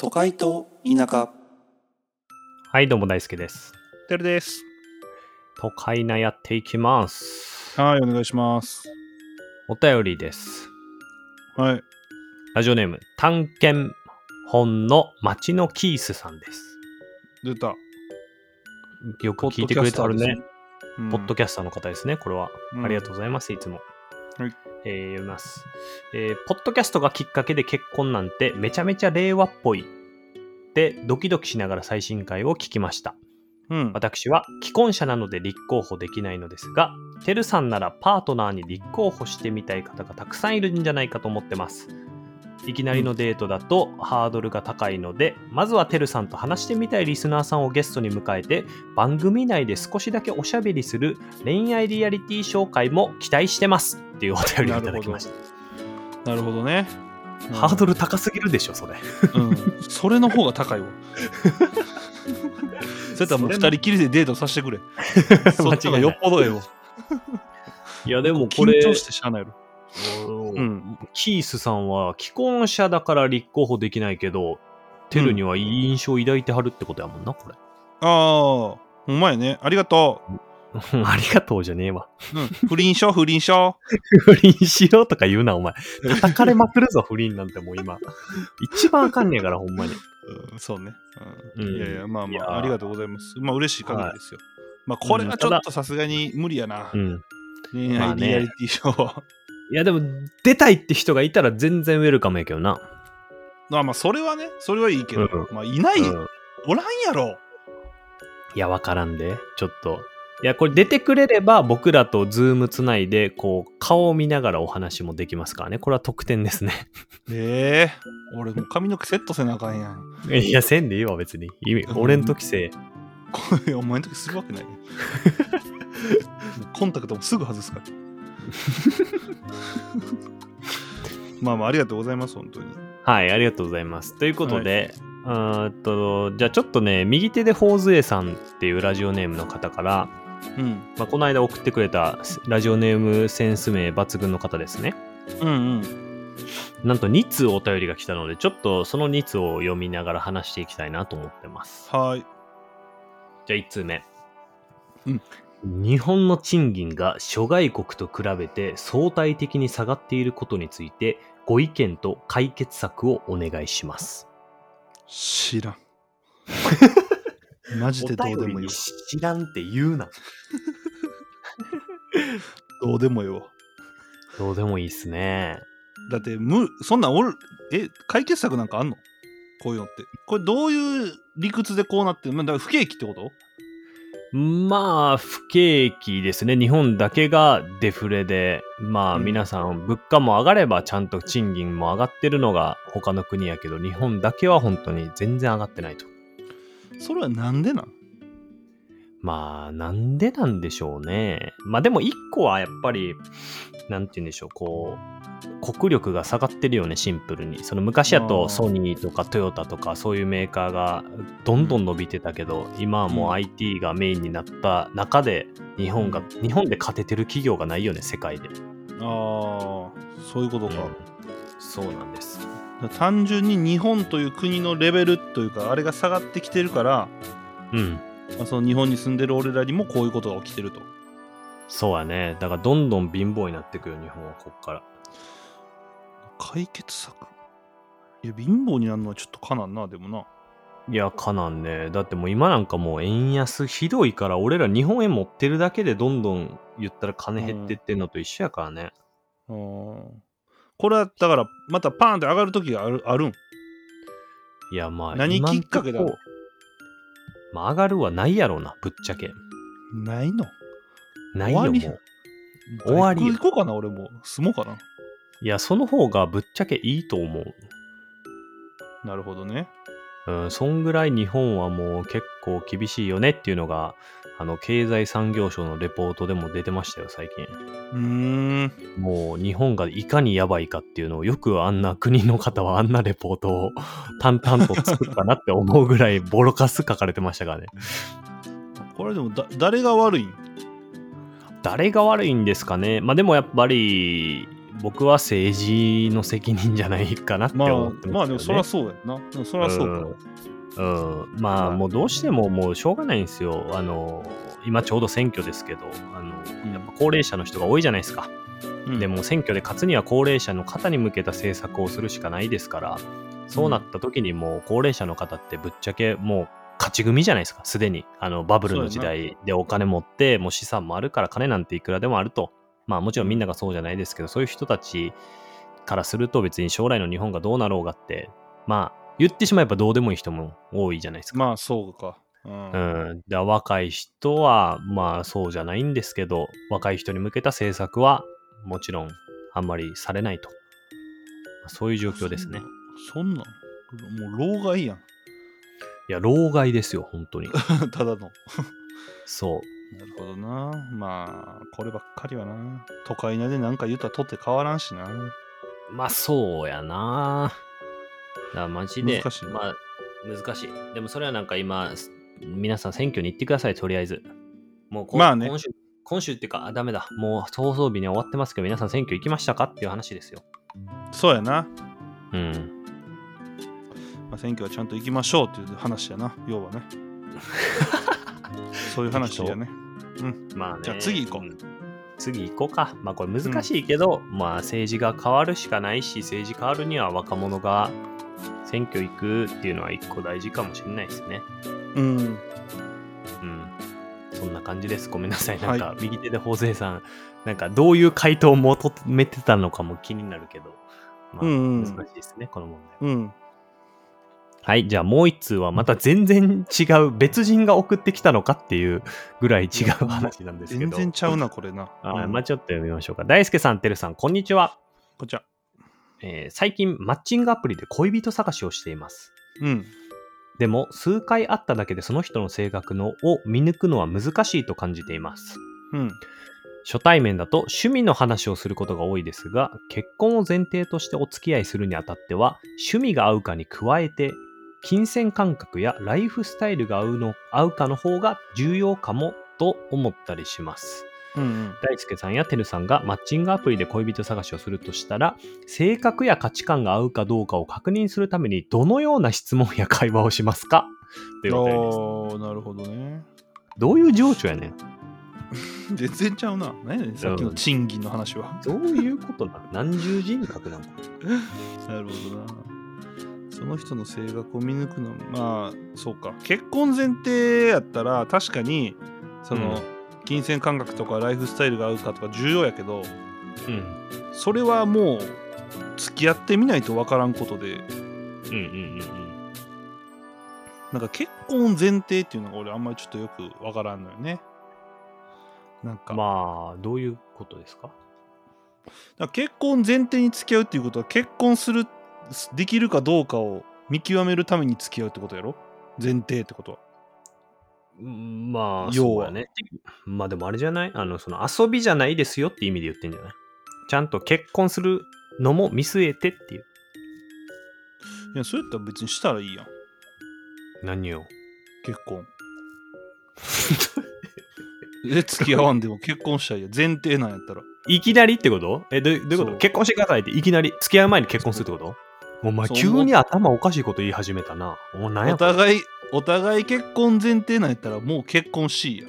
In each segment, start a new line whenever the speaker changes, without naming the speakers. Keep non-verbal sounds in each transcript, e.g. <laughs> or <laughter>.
都会と田舎
はい、どうも大輔です。
てるです。
都会なやっていきます。
はい、お願いします。
お便りです。
はい。
ラジオネーム、探検本の町のキースさんです。
出た。
よく聞いてくれてあるね。
うん。
ポッドキャスターの方ですね、これは。
うん
ありがとうございます、いつも。
はい
えー読みます、えーポッドキャストがきっかけで結婚なんてめちゃめちゃ令和っぽい。で、ドキドキしながら最新回を聞きました。
うん。
私は既婚者なので立候補できないのですが、てるさんならパートナーに立候補してみたい方がたくさんいるんじゃないかと思ってます。いきなりのデートだとハードルが高いので、まずはてるさんと話してみたいリスナーさんをゲストに迎えて、番組内で少しだけおしゃべりする恋愛リアリティ紹介も期待してますっていうお便りをいただきました。
なるほどね。うん
<laughs> ハードル高すぎるでしょ、それ。
うん。それの方が高いわ。それとはもう二人きりでデートさせてくれ。 <laughs> <laughs> そっちがよっぽどええわ。
いや、でもこ
緊
れ、
張してしゃあないやろ。うん。
キースさんは既婚者だから立候補できないけど、テルにはいい印象を抱いてはるってことやもんな、これ。
ああ、うまいね。ありがと
<laughs> ありがとうじゃねえわ。
う。うん。不倫しよう、不倫しよ
<laughs> 不倫しようとか言うな、 <laughs> お前。叩かれまくるぞ、不倫なんてもう今。一番あかんねえから、ほんまに。
う。うんそうね。
う
うん
ん
いやいや、まあ
い
ま
やー
あ、ありがとうございます。まあ、嬉しい限りですよ。まあ、これはちょっとさすがに無理やな
う。ん。
恋
まあ
愛
ね
リアリティショーは。
いや、でも、出たいって人がいたら全然ウェルカムやけどな。
まあまあ、それはね、それはいいけど、
う
まあ、いない、
うん
おらんやろ。
いや、わからんで、ちょっと。いや、これ出てくれれば、僕らとズームつないで、こう、顔を見ながらお話もできますからね。これは特典ですね。
ええ俺もう髪の毛セットせなあかんやん。 <laughs>
いや、せんでいいわ、別に。意味、俺ん時せえ。
これ、お前の時するわけないやん。 <laughs> コンタクトもすぐ外すから。 <laughs> まあまあ、ありがとうございます、本当に。
はい、ありがとうございます。ということで、うーんと、じゃあちょっとね、右手でホーズエさんっていうラジオネームの方から、
うん。
まあ、この間送ってくれたラジオネームセンス名抜群の方ですね。
うんうん。
なんと2通お便りが来たので、ちょっとその2通を読みながら話していきたいなと思ってます。
はい。
じゃあ1通目。
うん
日本の賃金が諸外国と比べて相対的に下がっていることについて、ご意見と解決策をお願いします。
知 <laughs> らん。マジでどうでもいいわ。
知らんって言うな。
どうでもいいわ。
どうでもいいっすね。
だってむそんなんおるえ解決策なんかあんのこういうのってこれどういう理屈でこうなってるまあだから不景気ってこと
まあ、不景気ですね。日本だけがデフレで、まあ
うん
皆さん、物価も上がればちゃんと賃金も上がってるのが他の国やけど、日本だけは本当に全然上がってないと。
それはなんでなん
まあ、なんでなんでしょうね。まあでも一個はやっぱり、なんて言うんでしょう、こう、国力が下がってるよね、シンプルに。その昔や
あ
と
ー
ソニーとかトヨタとかそういうメーカーがどんどん伸びてたけど、今はもう IT がメインになった中で、日本が、日本で勝ててる企業がないよね、世界で。
ああそういうこ
う
とか、
んそうなんです。
単純に日本という国のレベルというかあれが下がってきてるから、
うん。
まあ、その日本に住んでる俺らにもこういうことが起きてると
そうやね。だからどんどん貧乏になってくよ、日本はこっから。
解決策いや貧乏になるのはちょっとかなんなでもない
や、かなんね。だってもう今なんかもう円安ひどいから、俺ら日本円持ってるだけでどんどん言ったら金減ってってんのと一緒やからね。
あーこれはだからまたパーンって上がる時があるあるん
いや、まあ、
何
今んと
きっかけだ
こまあ、上がるはないやろうな、ぶっちゃけ。
ないの
ないよ、もう。
終
い
わ
終わりよ
行こうかな俺も住もうかな
や、その方がぶっちゃけいいと思う。
なるほどね。
うん、そんぐらい日本はもう結構厳しいよねっていうのが、あの、経済産業省のレポートでも出てましたよ、最近。
うーん。
もう日本がいかにやばいかっていうのをよくあんな国の方はあんなレポートを淡々と作ったなって思うぐらいボロカス書かれてましたからね。 <laughs>
これでもだ誰が悪いん
誰が悪いんですかねまあでもやっぱり僕は政治の責任じゃないかなって
まあ
思って
ま
ま
あ
すよね
でもそりゃそうやんなでもそりゃそう
う
か、
ん、まあ
はい
もうどうしてももうしょうがないんですよあの今ちょうど選挙ですけどあの
うん
やっぱ高齢者の人が多いじゃないですか、
うん
でも選挙で勝つには高齢者の方に向けた政策をするしかないですからそうなった時にもう高齢者の方ってぶっちゃけもう勝ち組じゃないですかすでにあのバブルの時代でお金持ってもう資産もあるから金なんていくらでもあるとまあもちろんみんながそうじゃないですけどそういう人たちからすると別に将来の日本がどうなろうがってまあ言ってしまえばどうでもいい人も多いじゃないですか。
まあそうかうん、
うん、だ若い人はまあそうじゃないんですけど若い人に向けた政策はもちろんあんまりされないとそういう状況ですね
そんなそんなんもう老害やん <laughs>
いや老害ですよ本当に
ただの
そう
なるほどな。まあ、こればっかりはな。都会なで何か言うたらとって変わらんしな。
まあそうやな。だからマジで、
難しいな
まあ難しい。でもそれはなんか今、す皆さん選挙に行ってください、とりあえず。もうこ
まあね
今週、今週っていうか、あダメだ。もう放送日には終わってますけど、皆さん選挙行きましたかっていう話ですよ。
そうやな。
うん。
まあ、選挙はちゃんと行きましょうっていう話やな。
<laughs>
要はね。そういう話やね。
まあね。
じゃあ次行こうん
次行こうか。まあこれ難しいけど、まあ政治が変わるしかないし、政治変わるには若者が選挙行くっていうのは一個大事かもしれないですね。
うん。
うん、そんな感じです。ごめんなさい。なんか、右手で法政さん、なんか、どういう回答を求めてたのかも気になるけど、まあ、
うんうん
難しいですね、この問題は。
うん。
はい、じゃあもう一通は、また全然違う、別人が送ってきたのかっていうぐらい違う話なんですけ
全
ど。
然ちゃうな、これな。
はい。
うん
まあ、ちょっと読みましょうか。大輔さん、てるさん、こんにちは。
こちら。
えー最近、マッチングアプリで恋人探しをしています。
うん。
でも、数回会っただけでその人の性格のを見抜くのは難しいと感じています。
うん。
初対面だと趣味の話をすることが多いですが結婚を前提としてお付き合いするにあたっては趣味が合うかに加えて金銭感覚やライフスタイルが合うの合うかの方が重要かもと思ったりします
うんうん。
大輔さんやてるさんがマッチングアプリで恋人探しをするとしたら性格や価値観が合うかどうかを確認するためにどのような質問や会話をしますかというお便りです
おーなるほど <laughs> ね。
どういう情緒やねん
全然ちゃうな。何やねん、さっきの賃金の話は。
どういうことなの何重人格なの
なるほどな。その人の性格を見抜くのまあそうか結婚前提やったら確かにその、
うん
金銭感覚とかライフスタイルが合うかとか重要やけど
うん
それはもう付き合ってみないと分からんことで
うんうんうんうん
なんか結婚前提っていうのが俺あんまりちょっとよく分からんのよね。なんか,、
まあ、どういうことですか
だから結婚前提に付き合うっていうことは結婚するできるかどうかを見極めるために付き合うってことやろ前提ってことは。
まあ、
要
そう
は
やね。まあでもあれじゃないあの、その遊びじゃないですよって意味で言ってんじゃないちゃんと結婚するのも見据えてっていう。
いやそれやったら別にしたらいいやん
何を
結
<laughs>
婚え付き合わんでも結婚したいや前提なんやったら
いきなりってことえ、どうどういうこ
そ
と
う
結婚してくださいっていきなり付き合う前に結婚するってこともうお前
そう
急に頭おかしいこと言い始めたな。お前何や
お
これ
互いお互い結婚前提なんやったらもう結婚しいや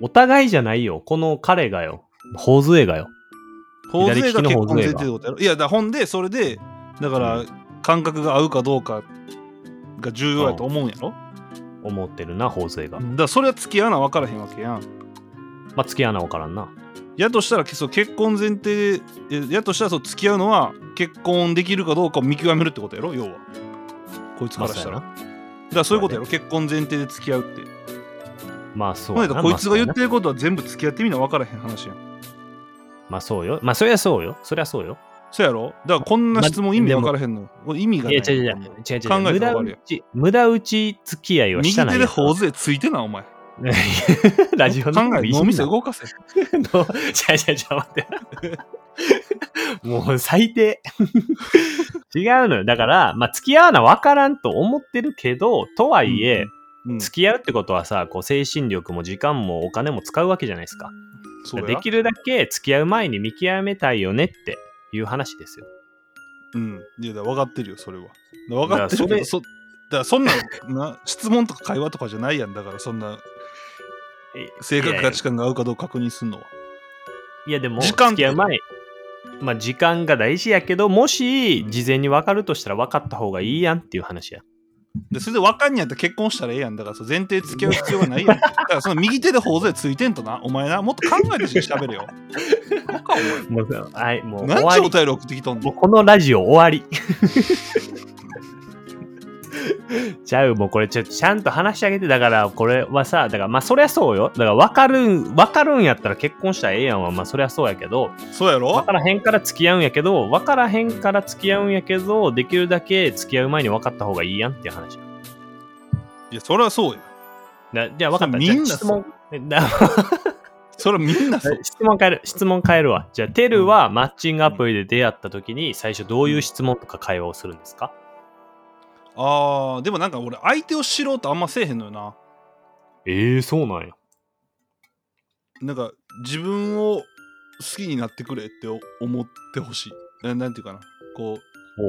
お互いじゃないよ。この彼がよ。頬杖がよ。
法
左利
税
き
が
の
結
法
婚前
税が
提ってことやろいやだからほんでそれでだから、感覚が合うかどうかが重要やと思うんやろ、
思ってるな、頬杖が。
だからそれは付き合わな分からへんわけやん
まあ、付き合わなわからんな。
やとしたらそう結婚前提えやとしたらそう付き合うのは結婚できるかどうかを見極めるってことやろ要はこいつからしたら
まあ
だからそういうことやろ、結婚前提で付き合うって。
まあ、そう
ま
や
あ、
な。
こいつが
まあそう
言
やな
ってることは全部付き合ってみな分からへん話やん。
まあそうよ。まあそりゃそうよ。そりゃそうよ。
そやろだからこんな質問意味分からへんの。これ意味が
い
ない。
や、違う違う違う
こんな
違う違う。無
考えたら
駄
わかる
打
よ
ち、無駄打ち付き合いはし
右
たない
手で
やつ。
頬杖ついてな、お前。考
<laughs> ラジオの
え、脳みそ
の。
動かせ。
<laughs> 違う違う違う、待って。もう最低。違うのよ。だから、まあ付き合うのは分からんと思ってるけど、とはいえ、
うん
付き合うってことはさ、こう精神力も時間もお金も使うわけじゃないですか。
そうや
できるだけ付き合う前に見極めたいよねっていう話ですよ。
うん。いや、だから分かってるよ、それは。だから分かってる
だ
けど、
からそ
そだからそんなん <laughs> な、質問とか会話とかじゃないやん。だから、そんな、性格価値観が合うかどうか確認するのは。
いやでも
時間
付き合う前まあ時間が大事やけどもし事前に分かるとしたら分かった方がいいやんっていう話や。
で、それで分かんにやったら結婚したらええやん。だから、その前提付き合う必要
<laughs>
はないやん。だから、その右手で頬杖ついてんとな、お前な、もっと考えて喋れよ。なんかお
もうはいもう
前、
<laughs> 終
何
わ
ち
り
お。便り送ってきとん
もう
の
このラジオ終わり。ちゃう、もうこれちょ、ちゃんと話してあげて、だからこれはさ、だからまあそりゃそうよ。だから分かるん、分かるんやったら結婚したらええやんは、まあそりゃそうやけど、
そうやろ
分からへんから付き合うんやけど、分からへんから付き合うんやけど、できるだけ付き合う前に分かった方がいいやんっていう話。
いや、それはそうや。
だじゃあ分かった。
そうみんな
じゃあ質問。だ
それはみんなそう。
質問変える、質問変えるわ。じゃあ、テルはマッチングアプリで出会った時に、最初どういう質問とか会話をするんですか
あー、でもなんか俺、相手を知ろうとあんませえへんのよな。
ええそうなんや。
なんか、自分を好きになってくれって思ってほしい。ななんていうかな。こう、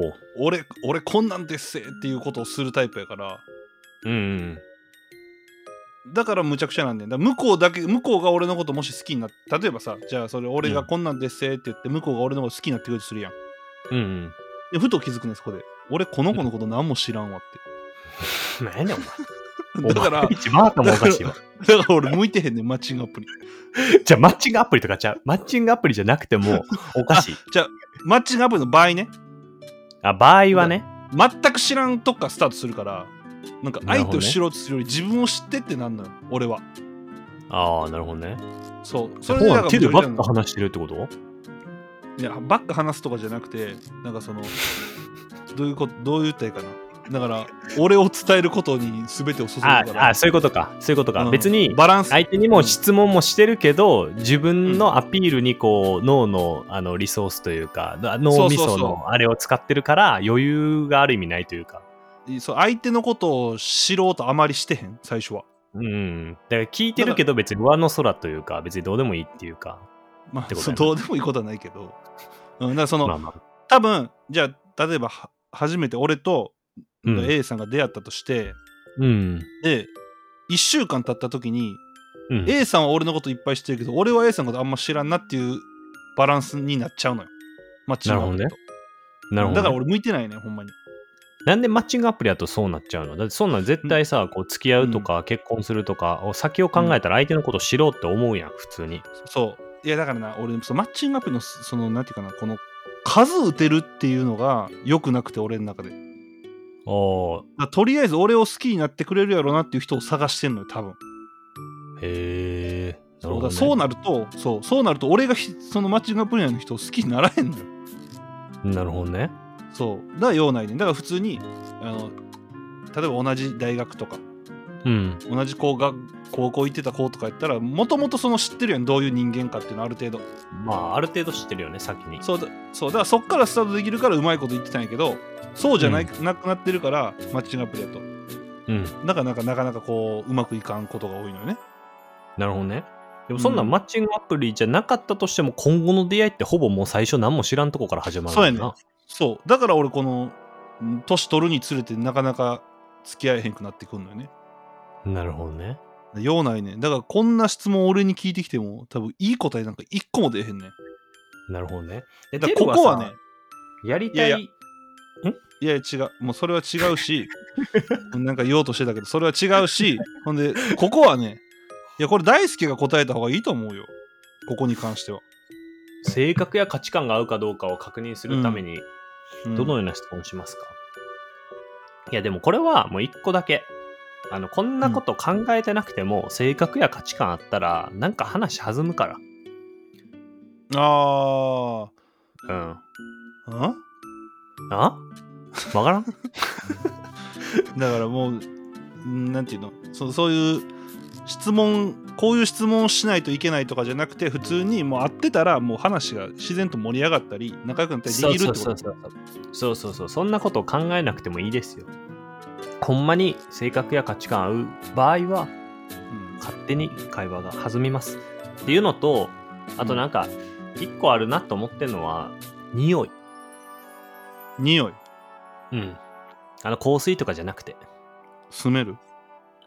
おう。
俺俺こんなんですせっていうことをするタイプやから
うんうん
だからむちゃくちゃなんねんだから向こうだけ向こうが俺のこともし好きになって例えばさじゃあそれ俺がこんなんですせって言って向こうが俺のこと好きになってくれるとするやん
うん。うん
でふと気づくねんそこで俺この子のこと何も知らんわっ
うん。 <laughs> 何やねん、お
て
前。
<laughs> だから
毎日バータもおかしいわ。
だから俺向いてへんねんマッチングアプリ
じゃあ、マッチングアプリとかちゃう。マッチングアプリじゃなくて
<laughs>
も、おかしい。
マッチングアプリの場合ね
あ、場合はね。
全く知らんとこからスタートするからなんか
なる
相
ほど
手を
ね
知ろうとするより自分を知ってってなんのよ俺は
ああ、なるほどね。
そう
そ
それで
うな
だか
の
ら
手でバッと話してるってこと
いやばっか話すとかじゃなくてなんかそのどういうことどう言ったらいいかなだから俺を伝えることに全てを注ぐ
あ
か
ー
ら
あー、そういうことか。そういうことか。
うん
別に、
バランス
相手にも質問もしてるけど、自分のアピールにこう、脳のあのリソースというか、あ脳み
そうそ
そう
そう
のあれを使ってるから、余裕がある意味ないというか。
そう相手のことを知ろうとあまりしてへん最初は
うん。だから聞いてるけど、別に上の空というか、別にどうでもいいっていうか。
ま
てこ
あ
と
そ
や
う
な
どうでもいいことはないけど、うん、だからその、
まあまあ。
多分じゃあ例えばは初めて俺と
うん
A さんが出会ったとして、
うん。
で1週間経った時に、
うん、
A さんは俺のこといっぱい知ってるけど俺は A さんのことあんま知らんなっていうバランスになっちゃうのよマッチングアプリと
なるほどねなるほどね、
だから俺向いてないねほんまに
なんでマッチングアプリだとそうなっちゃうのだってそんなん絶対さ、こう付き合うとか結婚するとか、先を考えたら相手のことを知ろうって思うやん、普通に。
そういやだからな俺そのマッチングアプリのそそのなんていうかなこの数打てるっていうのが良くなくて俺の中でだか
おー
らとりあえず俺を好きになってくれるやろなっていう人を探してんのよ多分
へえ。な
そ
る
う
ほど
だから
ね
そうなるとそうそうなると俺がひそのマッチングアプリの人を好きにならへんのよ
なるほどね。
そうだから用ないねだから普通にあの例えば同じ大学とか
うん。
同じ高学高校行ってた子とかやったらもともとその知ってるやんどういう人間かっていうのある程度
まあ、ある程度知ってるよね、先に。
そうだそうだからそっからスタートできるからうまいこと言ってたんやけどそうじゃない、なくなってるからマッチングアプリだと
うん。
なかなかなかなかこううまくいかんことが多いのよね
なるほどね。でもそんな
うん
んマッチングアプリじゃなかったとしても、今後の出会いってほぼもう最初何も知らんとこから始まるもんな
そうやそうだから俺このん年取るにつれてなかなか付き合えへんくなってくんのよね
なるほどね。
ようないねだからこんな質問俺に聞いてきても多分いい答えなんか一個も出えへんね
なるほどね。で
だからここは
テ
ね、
ルさやりたい
いやいいやいや違うもうそれは違うし <laughs> なんか言おうとしてたけどそれは違
<laughs>
うしほんでここはねいやこれ大輔が答えた方がいいと思うよここに関しては、
性格や価値観が合うかどうかを確認するために、
うん
どのような質問をしますか、いや、でもこれはもう一個だけ。あの、こんなこと考えてなくても、性格や価値観あったら、なんか話弾むか
あ
ら。
あん
うん。あわ
<laughs>
からん
だからもううんなんていうのそそういう質問こういう質問をしないといけないとかじゃなくて普通にもう会ってたらもう話が自然と盛り上がったり仲良くなったりできるってこと
そうそうそうそうそうそうそんなことを考えなくてもいいですよ。ほんまに性格や価値観合う場合は、
うん
勝手に会話が弾みます。っていうのと、あとなんか、一個あるなと思ってんのは、匂い。
匂い
うん。あの、香水とかじゃなくて。
住める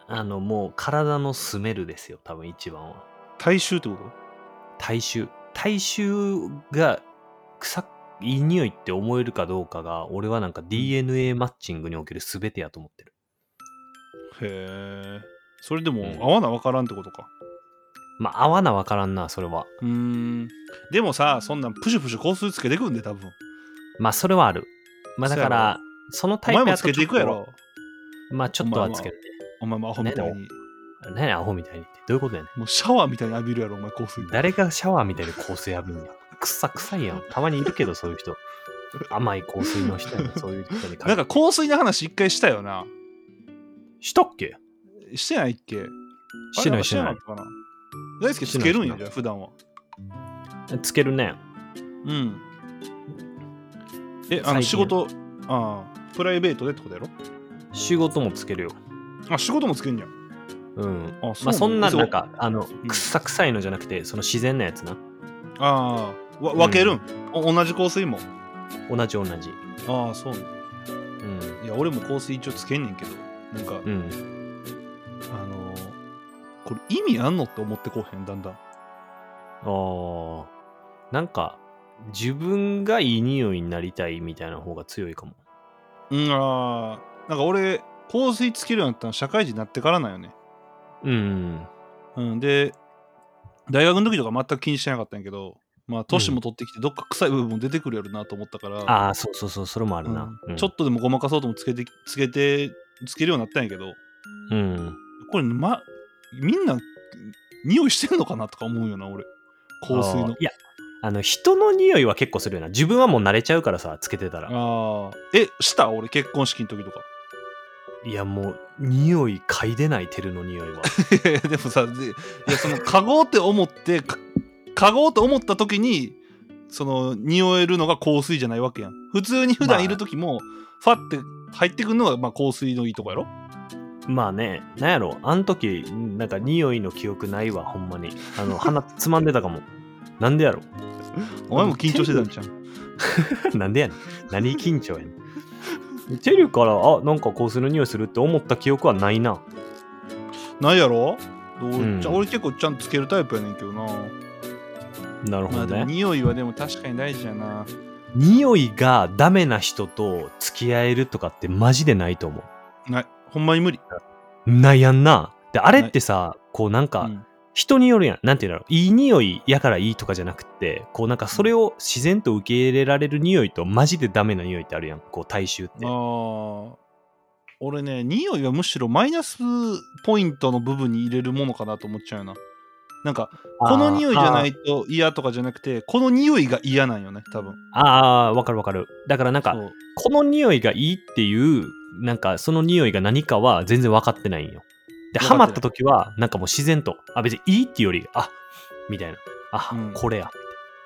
あの、もう体のスメルですよ、多分一番は。
体臭ってこと
体臭。体臭が臭いい匂いって思えるかどうかが、俺はなんか DNA マッチングにおける全てやと思ってる。
へえそれでも
うん
合わな分からんってことか
まあ、合わなわからんな、それは。
うーんでもさそんなんプシュプシュ香水つけてくんで多分
まあ、それはある。まあ、だか
そうや
ら、その
お
タイプ
前も
や
つ
と
けていくや
ちょっ
ろ
と。まあ、ちょっとはつけるね。
お前もアホみたいに
何やアホみたいにって。どういうことやねん
もうシャワーみたいに浴びるやろお前香水
誰がシャワーみたいな香水浴びるんだくっさ臭いやん。たまにいるけど、そういう人。甘い香水の人やねそういう人に限って
なんか香水の話一回したよな
したっけ
してないっけ
してないしてない。
かったかな大輔つけるんやじゃあ普段は
つけるね。
うんえあ
最近
の仕事ああプライベートでってことやろ
仕事もつけるよ。
あ仕事もつけんや
うん。
あそう
まあ、そんな、
そう
なんか、あの、
ん
くっさ臭いのじゃなくて、その自然なやつな。
ああわ分けるん、お同じ香水も
同じ同じ。
ああそう
うん。
いや俺も香水一応つけんねんけどなんか、
うん。
あのーこれ意味あんのって思ってこうへんだんだん
あーなんか、自分がいい匂いになりたいみたいな方が強いかも。
うんあーなんか俺香水つけるようになったの社会人になってからなんよね、
うん。
うん、で大学の時とか全く気にしてなかったんやけどまあ年も取ってきてどっか臭い部分も出てくるやろなと思ったから、
ああ、そうそうそう、それもあるな。
うん
うん
ちょっとでもごまかそうともつけてつけてつけるようになったんやけど
うん。
これ、ま、みんな匂いしてんのかなとか思うよな俺香水
あ
の
ーいや、あの、人の匂いは結構するよな。自分はもう慣れちゃうからさ、つけてたら。
ああえした俺結婚式の時とか
いや、もう、匂い嗅いでない、テルの匂いは。
いやいや <laughs> でもさでいやその嗅ごうって思ってか嗅ごうと思った時にその匂えるのが香水じゃないわけやん普通に普段いる時も、ファって入ってくるのがまあ香水のいいとこやろ
まあね、なんやろ、あの時、なんか匂いの記憶ないわ、ほんまに。あの、鼻つまんでたかも。 <laughs> なんでやろ
お前も緊張してたんちゃう
なんでやねん。何緊張やねん。テルから、あ、なんか香水の匂いするって思った記憶はないな。
ないやろどう、
うん
じゃ俺結構ちゃんとつけるタイプやねんけどな、
なるほ
まあ
ど
でも
ね。
匂いはでも確かに大事やな
匂いがダメな人と付き合えるとかってマジでないと思
ないほんまに無理
う。ないやんな。で、あれってさ、こうなんか、
うん
人によるやん。なんていうんだろう。いい匂いやからいいとかじゃなくって、こうなんかそれを自然と受け入れられる匂いとマジでダメな匂いってあるやん。こう大衆って。。
ああ俺ね匂いはむしろマイナスポイントの部分に入れるものかなと思っちゃうななんかこの匂いじゃないいと嫌とかじゃなくてこの匂いが嫌なんよね多分
あーあー、わかるわかる。だからなん
そ
か、
う
この匂いがいいっていう、なんかその匂いが何かは全然分かってないんよ。で、
分かってな
ハ
い
マった時は、なんかもう自然と、あ、別にいいっていうより、あ、みたいな。あ、
うん
これや。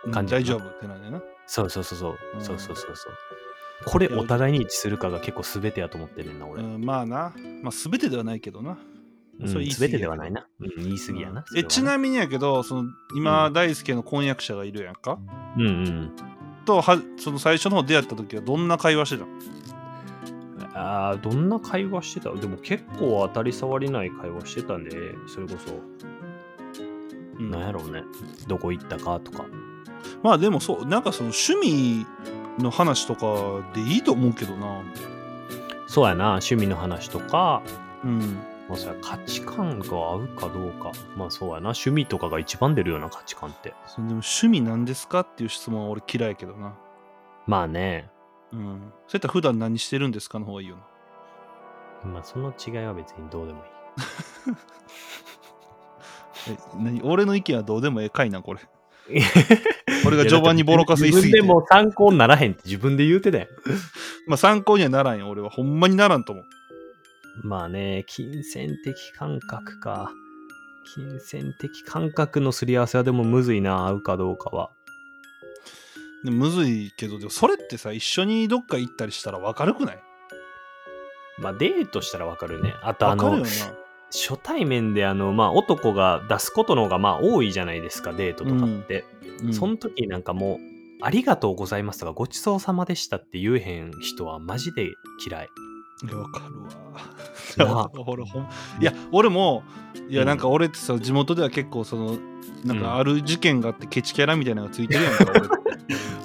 うん
感じ
大丈夫ってなんだよな
そうそうそうそう。
うん
そうそうそうそう。これお互いに一致するかが結構全てやと思ってるんだ、
う
俺。
んまあなまあ全てではないけどな
うん、
それ言い過
全
ぎや
てではないな。うん、言い過ぎやな。
えち
み
なみにやけどその今、
う
大輔の婚約者がいるやんか
に。うんうん。
とはその最初の方出会った時はどんな会話してたの
あーどんな会話してたでも結構当たり障りない会話してたんで、それこそ、
うん
なんやろうね、どこ行ったかとか。
まあでもそうなんかその趣味の話とかでいいと思うけどな
そうやな、趣味の話とか、
うん
まあ、そうや価値観が合うかどうか。まあそうやな、趣味とかが一番出るような価値観って。
そのでも趣味なんですかっていう質問は俺嫌いやけどな。
まあね、
うん。そういったら普段何してるんですかの方がいいよな。
まあその違いは別にどうでもいい。
え何俺の意見はどうでもええかいな、これ。
いや
俺が序盤にボロカス言いすぎ
自分で
て。
も参考にならへんって自分で言うてたやん。
まあ参考にはならんよ、俺は。ほんまにならんと思う。
まあね、金銭的感覚か。金銭的感覚のすり合わせはでもむずいな、合うかどうかは。
でむずいけど、でもそれってさ、一緒にどっか行ったりしたらわかるくない
まあデートしたらわかるね。あとあ
わかるよ
の
な、。
初対面であの、まあ、男が出すことの方がまあ多いじゃないですかデートとかって、
うん
その時になんかもう「ありがとうございます」とか「ごちそうさまでした」って言えへん人はマジで嫌い
いやわかるわ。い
なあ
や俺 <laughs> ほんいや俺もいやなんか俺ってさ地元では結構そのなんかある事件があってケチキャラみたいなのがついてるやんか、
<laughs>
俺って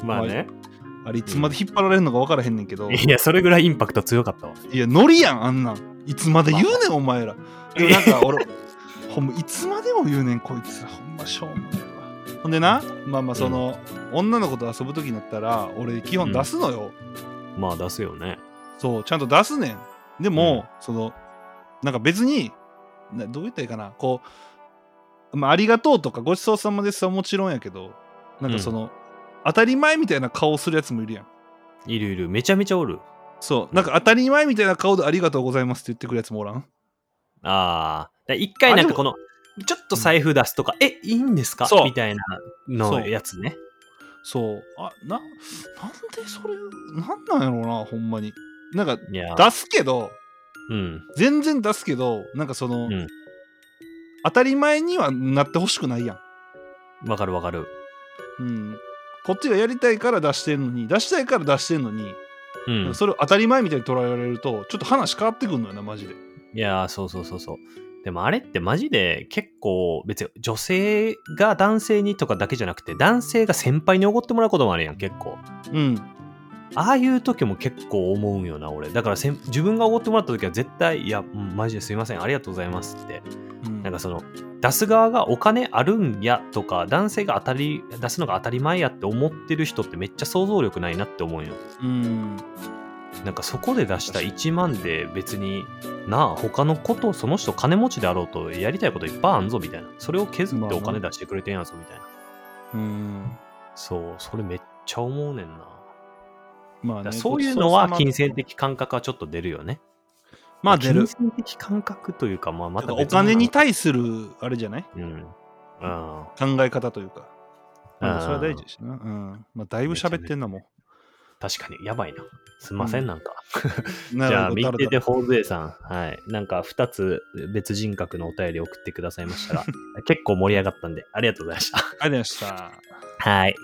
まあね
あれいつまで引っ張られるのか分からへんねんけど
いやそれぐらいインパクト強かったわ
いやノリやんあんなんいつまで言うねんお前らでもなん <laughs> か俺ほんまいつまでも言うねんこいつほんましょうもないわほんでなまあまあその、女の子と遊ぶ時になったら俺基本出すのよ、
まあ出すよね
そう、ちゃんと出すねん。でも、その、なんか別に、などう言ったらいいかな、こう、まあ、ありがとうとか、ごちそうさまですはもちろんやけど、なんかその、当たり前みたいな顔するやつもいるやん。
いるいるめちゃめちゃおる
そう、なんか当たり前みたいな顔でありがとうございますって言ってくるやつもおらん。
ああだから一回なんかこのちょっと財布出すとか、えいいんですか
そう
みたいなのやつね
そう、あ、な、なんでそれ、なんなんやろうな、ほんまに。なんか、
いや
出すけど、
うん
全然出すけど、なんかその、
うん
当たり前にはなってほしくないやん。
わかるわかる
うん、こっちがやりたいから出してるのに出したいから出してるのに、
うん
それを当たり前みたいに捉えられるとちょっと話変わってくるのよなマジで
いやーそうそうそうそう。でもあれってマジで結構別に女性が男性にとかだけじゃなくて男性が先輩におごってもらうこともあるやん結構。
うん
ああいう時も結構思うんよな俺。だからせん自分がおごってもらった時は絶対いやうんマジですいませんありがとうございますって。
うん
なんかその出す側がお金あるんやとか男性が当たり出すのが当たり前やって思ってる人ってめっちゃ想像力ないなって思うんよ。
うん
なんかそこで出した1万で別になあ他のことその人金持ちであろうとやりたいこといっぱいあんぞみたいなそれを削ってお金出してくれてんやぞみたいな、
うん
そうそれめっちゃ思うねんな、
まあ
だか
ね
らそういうのは
ごちそう
金
さま
銭的感覚はちょっと出るよね
まあ出
金
る
銭的感覚というかまあま
だか
た
らお
別の
金に対するあれじゃない
うんうんあ
考え方というかまあそれは大事だしな、うんまあ、だいぶ喋ってんなも
確かにやばいなすんません、
うん
なんか
う
じゃあ
な
右
るほど
手でホールデーさんはいなんか2つ別人格のお便
<laughs>
り送ってくださいましたら結構盛り上がったんでありがとうございました
ありがとうございました
はい。